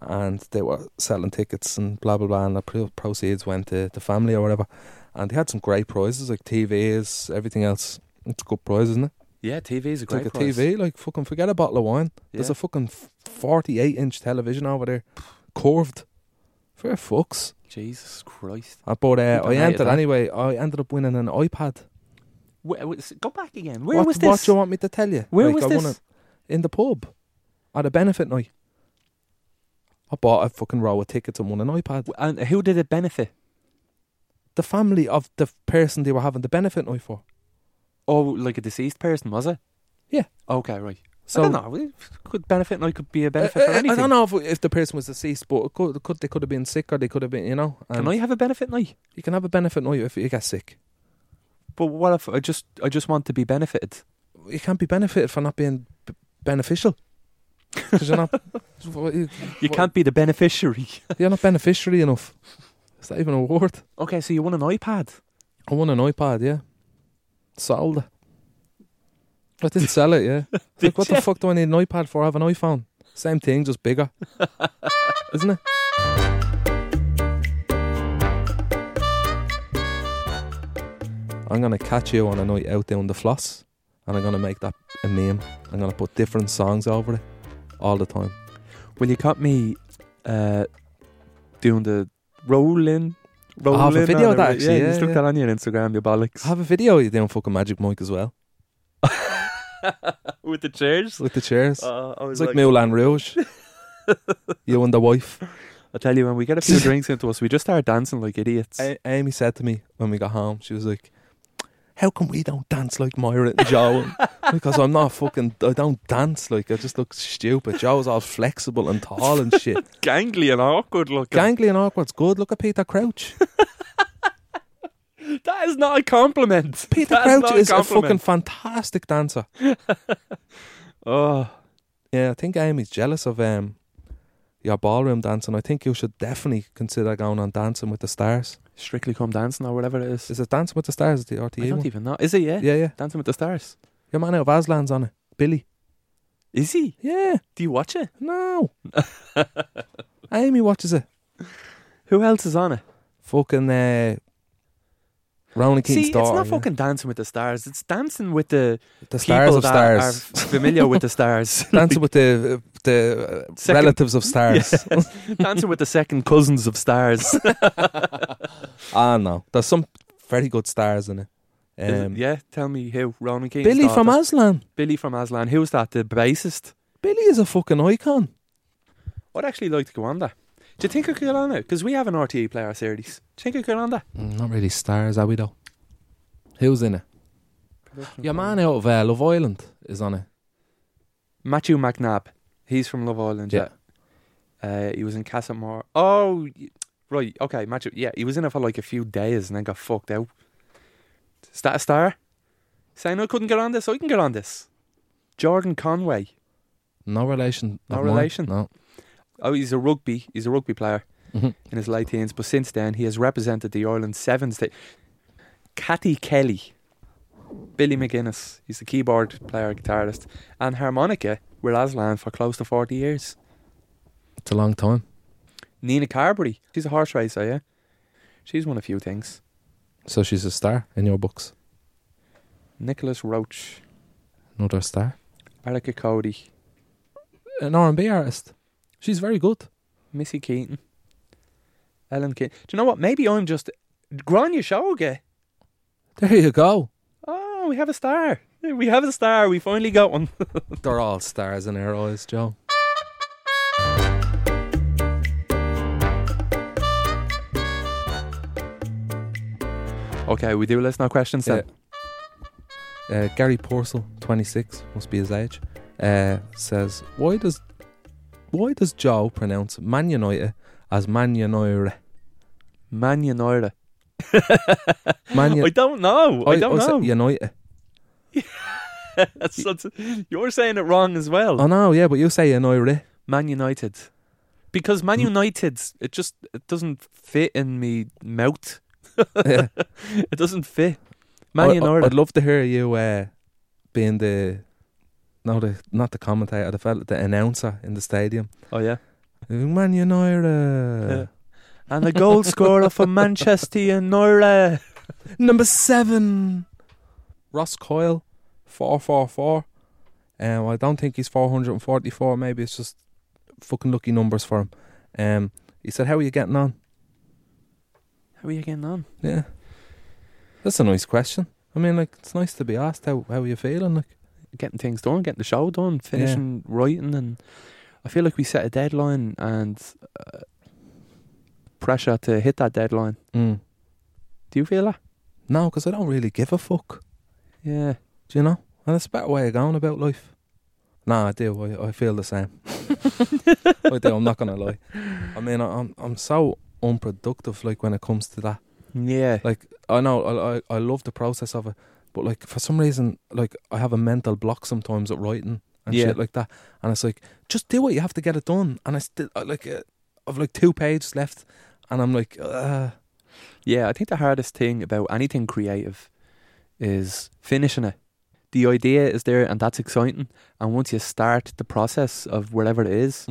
D: and they were selling tickets and blah blah blah. And the pro- proceeds went to the family or whatever. And they had some great prizes like TVs, everything else. It's a good prize, isn't it?
F: Yeah, TV is a
D: It's like
F: great
D: a
F: price.
D: TV. Like fucking forget a bottle of wine. There's
F: Yeah.
D: a fucking forty-eight inch television over there, curved. For fucks.
F: Jesus Christ.
D: Uh, But uh,
F: People
D: I
F: hated
D: entered
F: that.
D: anyway. I ended up winning an iPad.
F: Where, was- go back again. Where
D: what,
F: was
D: What
F: this?
D: do you want me to tell you?
F: Where was
D: I won
F: this?
D: it in the pub at a benefit night. I bought a fucking row of tickets and won an iPad.
F: and who did it benefit?
D: The family of the person they were having the benefit night for.
F: Oh, like a deceased person, was it?
D: Yeah.
F: Okay, right.
D: So
F: I don't know. It Could benefit and I could be a benefit
D: Uh,
F: for
D: uh,
F: anything.
D: I don't know if, if the person was deceased, but it could, it could they could have been sick or they could have been, you know.
F: Can I have a benefit night?
D: You can have a benefit night if you get sick.
F: But what if I just I just want to be benefited?
D: You can't be benefited for not being b- beneficial. 'Cause
F: <laughs>
D: you're not, you
F: You can't be the beneficiary.
D: you're not beneficiary enough. Is that even a word?
F: <laughs> okay, so you want an iPad?
D: I won an iPad, yeah. Sold it. I didn't sell it, yeah. It's like, what the fuck do I need an iPad for? I have an iPhone. Same thing, just bigger. Isn't it? I'm going to catch you on a night out down the floss and I'm going to make that a meme. I'm going to put different songs over it all the time.
F: Well, you caught me uh, doing the rolling. rolling
D: have a video
F: on
D: of that actually,
F: Yeah,
D: yeah,
F: you stuck
D: yeah.
F: that on your Instagram, your bollocks.
D: I have a video of you doing fucking Magic Mike as well.
F: With the chairs.
D: It's like the chairs.
F: Uh, I was
D: it's like, Moulin Rouge. you and the wife.
F: I tell you, when we get a <laughs> few drinks into us, we just start dancing like idiots.
D: A- Amy said to me when we got home, she was like, "How come we don't dance like Myra and Joe?" because I'm not fucking. I don't dance like I just look stupid. Joe's all flexible and tall and
F: <laughs>
D: shit.
F: Gangly and awkward looking.
D: Gangly and awkward's good. Look at
F: <laughs>
D: Peter Crouch.
F: that is not a compliment.
D: Peter
F: That's
D: Crouch
F: not
D: is a fucking
F: compliment.
D: fantastic dancer.
F: Oh,
D: Yeah, I think Amy's jealous of um your ballroom dancing. I think you should definitely consider going on Dancing with the Stars.
F: strictly come dancing or whatever it is.
D: Is it Dancing with the Stars? Is the
F: I
D: RTE
F: don't
D: one?
F: even know. Is it? Yeah?
D: Yeah, yeah.
F: Dancing with the Stars.
D: Your man out of Aslan's on it. Billy.
F: Is he?
D: Yeah.
F: Do you watch it?
D: No. <laughs> Amy watches it.
F: Who else is on it?
D: Fucking uh, Ronan Keating's
F: See,
D: daughter.
F: it's not
D: yeah.
F: fucking Dancing with the Stars. It's Dancing with the
D: the stars
F: people
D: of
F: that
D: stars.
F: are familiar with the <laughs> stars.
D: <laughs> Dancing with the the uh,
F: <laughs> Second-
D: relatives
F: <laughs>
D: of stars.
F: Dancing with the second cousins of <laughs> stars.
D: Ah no, there's some very good stars in it.
F: <laughs>
D: Um,
F: yeah, tell me who. Ronan Keating.
D: Billy from Aslan.
F: Billy from Aslan. Who's that? The bassist.
D: Billy is a fucking icon.
F: I'd actually like to go on that. Do you think I could go on it? Because we have an RTE player series. Do you think I could go on that?
D: Mm, Not really stars, are we though? Who's in it? Your man out of uh, Love Island is on it.
F: Matthew McNabb. He's from Love Island. Yeah. Uh, he was in Casamore. Oh, y- right. Okay, Matthew. Yeah, he was in it for like a few days and then got fucked out. Is that a star? Saying I couldn't get on this, I can get on this. Jordan Conway.
D: No relation.
F: No
D: of mine.
F: relation?
D: No.
F: Oh, he's a rugby. He's a rugby player
D: Mhm.
F: in his late teens, but since then he has represented the Ireland Sevens. Day. Catty Kelly, Billy McGuinness. He's a keyboard player, guitarist, and harmonica with Aslan for close to forty years.
D: It's a long time.
F: Nina Carberry. She's a horse racer, yeah. She's won a few things.
D: So she's a star in your books.
F: Nicholas Roach,
D: Another star.
F: Erica Cody,
D: An R and B artist. She's very good.
F: Missy Keaton, Ellen Keaton. Do you know what? Maybe I'm just Grania Shoga.
D: There you go.
F: Oh, we have a star. We have a star. We finally got one. <laughs>
D: They're all stars in our eyes, Joe.
F: Okay, we do listener questions then.
D: Uh, Gary Porcel, 26, must be his age, uh, says, "Why does why does Joe pronounce Man United as Man United?
F: Man United.
D: Man
F: I don't know. I, don't
D: was it
F: know.
D: United.
F: That's such a- you're saying it wrong as well.
D: Oh no, yeah, but you say United.
F: Uh, Man United. Hmm. Because Man United, it just it doesn't fit in me mouth.
D: Yeah.
F: <laughs> It doesn't fit. Man
D: I- I-
F: United.
D: I'd love to hear you uh, being the no, the not the commentator, the fella, the announcer in the stadium.
F: oh yeah.
D: Man
F: Uh,
D: United,
F: <laughs> And the goal scorer for Manchester United.
D: number seven, Ross Coyle, 444. Um, I don't think he's 444. Maybe it's just fucking lucky numbers for him. Um, he said, How are you getting on?
F: How are you getting on?
D: Yeah. That's a nice question. I mean, like, it's nice to be asked how, how are you feeling? Like,
F: Getting things done, getting the show done, finishing writing, and I feel like we set a deadline and uh, pressure to hit that deadline.
D: mm.
F: Do you feel that?
D: no, because I don't really give a fuck.
F: Yeah.
D: Do you know? And it's a better way of going about life. Nah, I do. I, I feel the same. <laughs> I do. I'm not gonna lie. I mean, I, I'm I'm so unproductive. Like when it comes to that.
F: Yeah.
D: Like I know I, I I love the process of it, but like for some reason, like I have a mental block sometimes at writing and
F: Yeah.
D: shit like that. And it's like just do it. You have to get it done. And I still I, like uh, I've like two pages left, and I'm like, uh,
F: Yeah, I think the hardest thing about anything creative is finishing it. The idea is there and that's exciting. And once you start the process of whatever it is,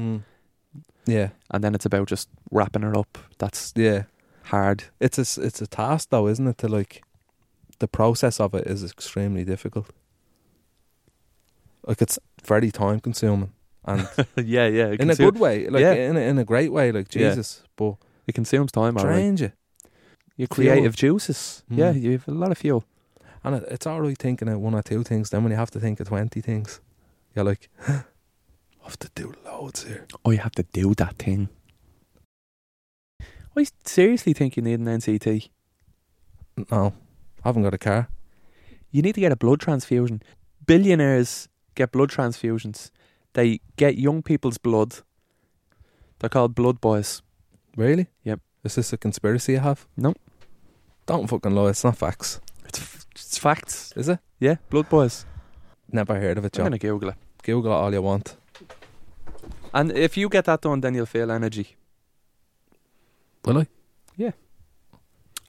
D: yeah,
F: and then it's about just wrapping it up, that's
D: yeah.
F: hard.
D: it's a s- it's a task though, isn't it? To like the process of it is extremely difficult. Like it's very time consuming, and
F: <laughs> yeah, yeah. It,
D: in a good way, like
F: Yeah.
D: in a, in a great way, like
F: Yeah.
D: Jesus, but
F: it consumes time, all right.
D: drains you,
F: Your creative juices. Yeah,
D: Mm.
F: you have a lot of fuel.
D: and it, it's alright thinking of one or two things. Then when you have to think of twenty things, you're like, <gasps> I have to do loads here.
F: Oh, you have to do that thing. I seriously think you need an NCT.
D: No, I haven't got a car.
F: You need to get a blood transfusion. Billionaires get blood transfusions. They get young people's blood. They're called blood boys.
D: Really?
F: Yep.
D: Is this a conspiracy you have?
F: No.
D: Don't fucking lie. It's not facts,
F: It's, f- it's facts.
D: is it?
F: Yeah, blood boys.
D: Never heard of it,
F: I'm
D: John.
F: gonna Google it.
D: Google it all you want.
F: And if you get that done, then you'll feel energy.
D: Will I?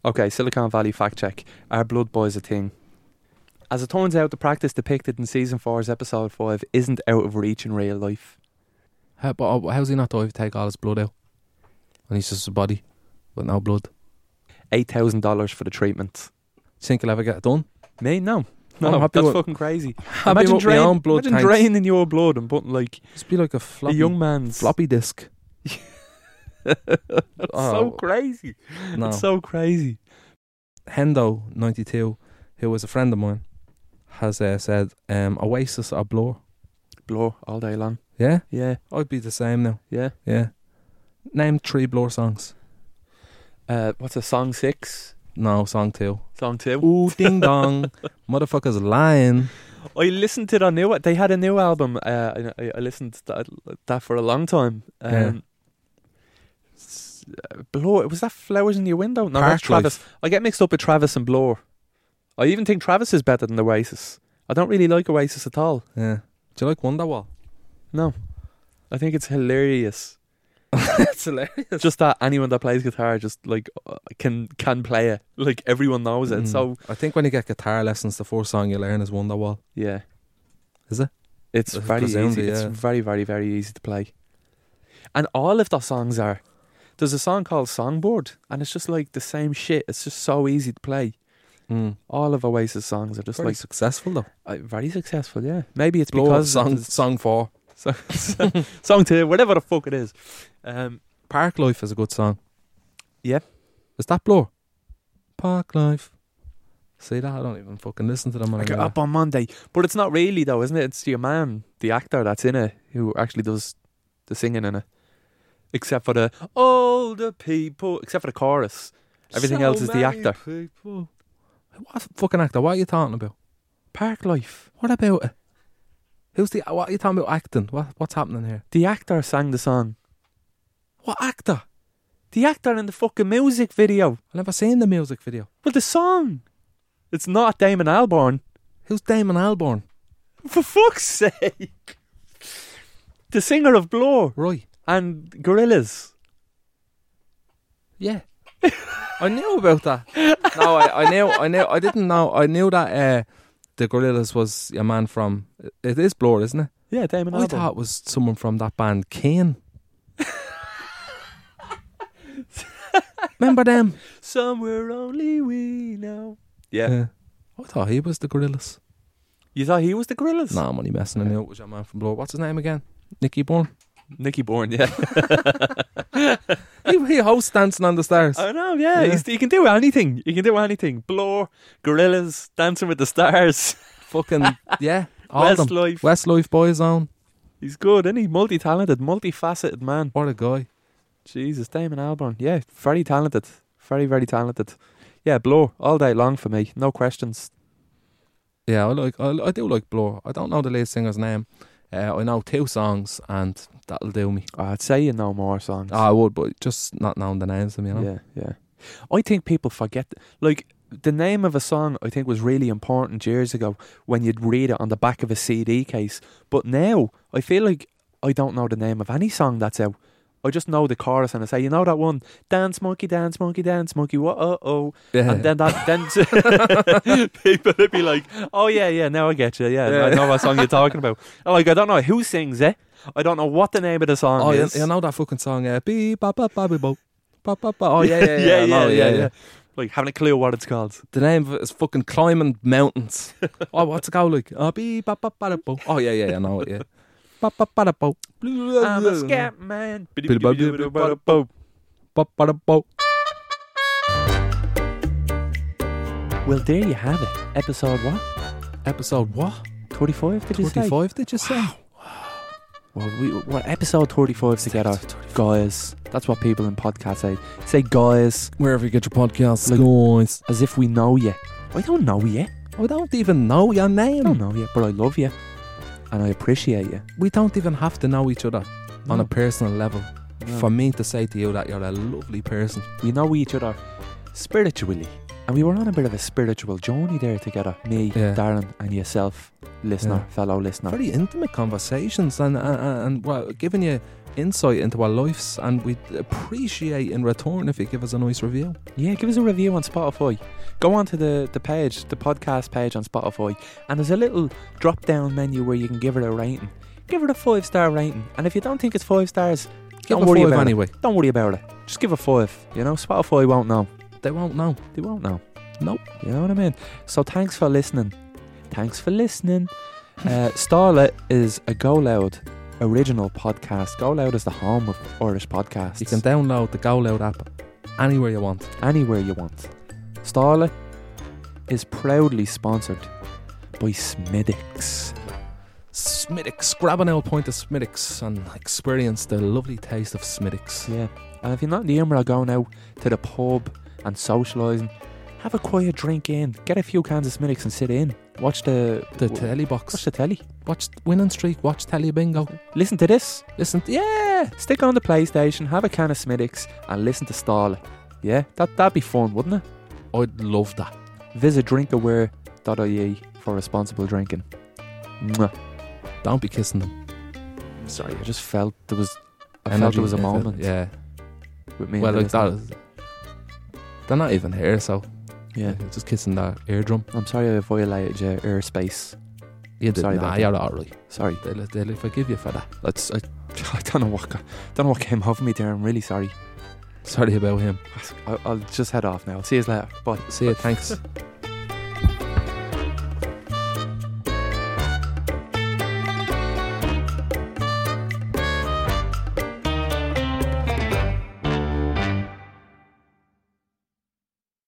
F: Okay, Silicon Valley fact check. Are blood boys a thing? As it turns out, the practice depicted in season four's episode five isn't out of reach in real life.
D: How, but uh, how's he not dive take all his blood out? And he's just a body with no blood.
F: Eight thousand dollars for the treatment.
D: Think he'll ever get it done?
F: Me, no.
D: I'm
F: No,
D: happy
F: that's
D: with-
F: fucking crazy.
D: Happy
F: imagine
D: with my
F: drain-
D: own blood
F: imagine
D: tanks.
F: draining your blood and putting like
D: Just be like a floppy,
F: a young man's <laughs>
D: floppy disk.
F: That's so
D: Oh.
F: crazy.
D: No.
F: That's so crazy.
D: Hendo ninety two, who was a friend of mine, has uh, said um, Oasis or Blur.
F: Blur all day long.
D: Yeah,
F: Yeah,
D: I'd be the same now.
F: yeah.
D: Yeah. Name three Blur songs.
F: Uh, what's a song six?
D: No, song two.
F: Song two. <laughs>
D: Ooh, ding dong, motherfuckers lying.
F: I listened to their new. They had a new album. Uh, and I, I listened to that, that for a long time. Um,
D: Yeah.
F: s- uh, Blur was that flowers in your window? No, that's
D: Park
F: Travis.
D: Life.
F: I get mixed up with Travis and Blur. I even think Travis is better than Oasis. I don't really like Oasis at all.
D: Yeah. Do you like Wonderwall?
F: No, I think it's hilarious.
D: <laughs> That's hilarious.
F: just that anyone that plays guitar just like uh, can can play it. Like everyone knows it.
D: Mm.
F: So
D: I think when you get guitar lessons, the first song you learn is Wonderwall.
F: yeah,
D: Is it?
F: It's
D: I
F: very easy.
D: presume,
F: It's
D: yeah.
F: very very very easy to play. And all of the songs are. There's a song called Songboard, and it's just like the same shit. It's just so easy to play.
D: Mm.
F: All of Oasis songs are just
D: Very successful though.
F: like uh, very successful. Yeah, maybe it's
D: Because
F: because
D: song
F: of
D: song four,
F: the- <laughs> song two, whatever the fuck it is. Um,
D: Park Life is a good song.
F: Yeah.
D: is that Blur? Park Life. See that? I don't even fucking listen to them
F: I
D: anymore.
F: got up on Monday. But it's not really though, isn't it? It's your man, the actor that's in it, who actually does the singing in it. Except for the older people, except for the chorus. Everything else is the actor.
D: What fucking actor? What are you talking about?
F: Park Life.
D: What about it? Who's the? What are you talking about acting? What what's happening here?
F: The actor sang the song.
D: What actor?
F: The actor in the fucking music video.
D: I've never seen the music video.
F: Well, the song. It's not Damon Albarn.
D: Who's Damon Albarn?
F: For fuck's sake. The singer of Blur
D: Roy.
F: and Gorillaz. <laughs>
D: Yeah. I knew about that. No, I, I knew, I knew, I didn't know. I knew that uh, the Gorillas was a man from. It is Blur, isn't it?
F: Yeah, Damon
D: I
F: Albarn.
D: thought it was someone from that band, Kane.
F: <laughs>
D: Remember them?
F: Somewhere only we know.
D: Oh, Yeah. I thought he was the Gorillas.
F: You thought he was the Gorillas?
D: Nah, I'm only messing it out with your man from Bloor. What's his name again?
F: <laughs>
D: Nicky Bourne.
F: Nicky Bourne, yeah.
D: <laughs> he, he hosts Dancing on the Stars.
F: I know, Oh, yeah. He's, he can do anything. He can do anything. Blur, Gorillas, Dancing with the Stars, <laughs>
D: Fucking yeah, all of them.
F: Westlife.
D: Westlife Boys Zone.
F: He's good, isn't he? Multi-talented, multifaceted man.
D: What a guy.
F: Jesus, Damon Albarn. Yeah, very talented. Very, very talented. Yeah, Blur, all day long for me. No questions.
D: Yeah, I like. I, I do like Blur. I don't know the lead singer's name. Uh, I know two songs, and that'll do me.
F: Oh,
D: Ah,
F: I'd say you know more songs.
D: I would, but just not knowing the names of them, you know.
F: Yeah, yeah. I think people forget, like, the name of a song I think was really important years ago when you'd read it on the back of a CD case. But now I feel like I don't know the name of any song that's out. I just know the chorus and I say, you know that one, dance monkey, dance monkey, dance monkey, what uh oh,
D: Yeah.
F: and then that
D: <laughs>
F: then <laughs> people would be like, oh yeah, yeah, now I get you, yeah, I know what song you're talking about. And like I don't know who sings it, I don't know what the name of the song
D: Oh, you,
F: is.
D: you know that fucking song? Uh, Bee ba ba ba bee, bo. Ba, ba, ba. Oh yeah, <laughs> yeah, yeah, I know,
F: Like having a clue what it's called.
D: The name of it is fucking climbing <laughs> mountains. oh, what's it go like? Oh, bee ba ba ba da, bo. Oh yeah, yeah, yeah, I know it. Yeah. <laughs> Ba ba ba da, bo.
F: I'm a scat man.
D: Ba ba da, bo.
F: Well, there you have it. Episode what?
D: Episode what?
F: 35, did you say?
D: Forty-five? Did you say?
F: Well, we, we're episode 35 together, guys. That's what people in podcasts say. Say, guys,
D: Wherever you get your podcasts, guys.
F: as if we know you. I don't know you.
D: I don't even know your
F: I don't
D: name.
F: know you, but I love you. And I appreciate you.
D: We don't even have to know each other on
F: No.
D: a personal level
F: No.
D: for me to say to you that you're a lovely person.
F: We know each other spiritually. And we were on a bit of a spiritual journey there together. Me,
D: Yeah.
F: Darren, and yourself, listener,
D: Yeah.
F: fellow listener.
D: Very intimate conversations and and, and- and well, giving you insight into our lives, and we appreciate in return if you give us a nice review.
F: Yeah, give us a review on Spotify. Go onto the, the page, the podcast page on Spotify, and there's a little drop down menu where you can give it a rating. Give it a five star rating, and if you don't think it's five stars,
D: Give
F: don't
D: a
F: worry
D: five
F: about
D: anyway.
F: it. Don't worry about it. Just give a five. You know, Spotify won't know.
D: They won't know.
F: They won't know.
D: Nope.
F: You know what I mean? So thanks for listening. Thanks for
D: <laughs>
F: listening. Uh, Starlet is a Go Loud original podcast. Go Loud is the home of Irish podcasts.
D: You can download the Go Loud app anywhere you want.
F: anywhere you want. Starlet is proudly sponsored by Smiddix.
D: Smittix, grab an old point of Smittix and experience the lovely taste of Smittix.
F: Yeah, and if you're not in the humour of going out to the pub and socialising, have a quiet drink in, get a few cans of Smiddix and sit in. Watch the
D: The
F: w-
D: telly
F: watch
D: box,
F: the telly.
D: watch Winning Streak, watch Telly Bingo.
F: Listen to this.
D: Listen, to, yeah,
F: Stick on the PlayStation, have a can of Smiddix, and listen to Starlet. Yeah, that that'd be fun, wouldn't it?
D: I'd love that.
F: Visit drinkaware.ie E for responsible drinking. Mwah.
D: Don't be kissing them.
F: Sorry, I just felt there was. I felt there was a
D: if it-
F: moment.
D: Yeah.
F: with me.
D: Well,
F: and
D: like
F: the
D: that
F: listener.
D: is. They're not even here, so
F: Yeah.
D: like, just kissing that eardrum.
F: I'm sorry I violated your airspace.
D: You did.
F: Sorry
D: Sorry, nah,
F: about that.
D: you're alright.
F: Sorry.
D: They'll, they'll forgive you for that.
F: That's I, I don't know what go- don't know what came over me there. I'm really sorry.
D: Sorry about him.
F: I, I'll just head off now. See you later. Bye.
D: See you. Thanks.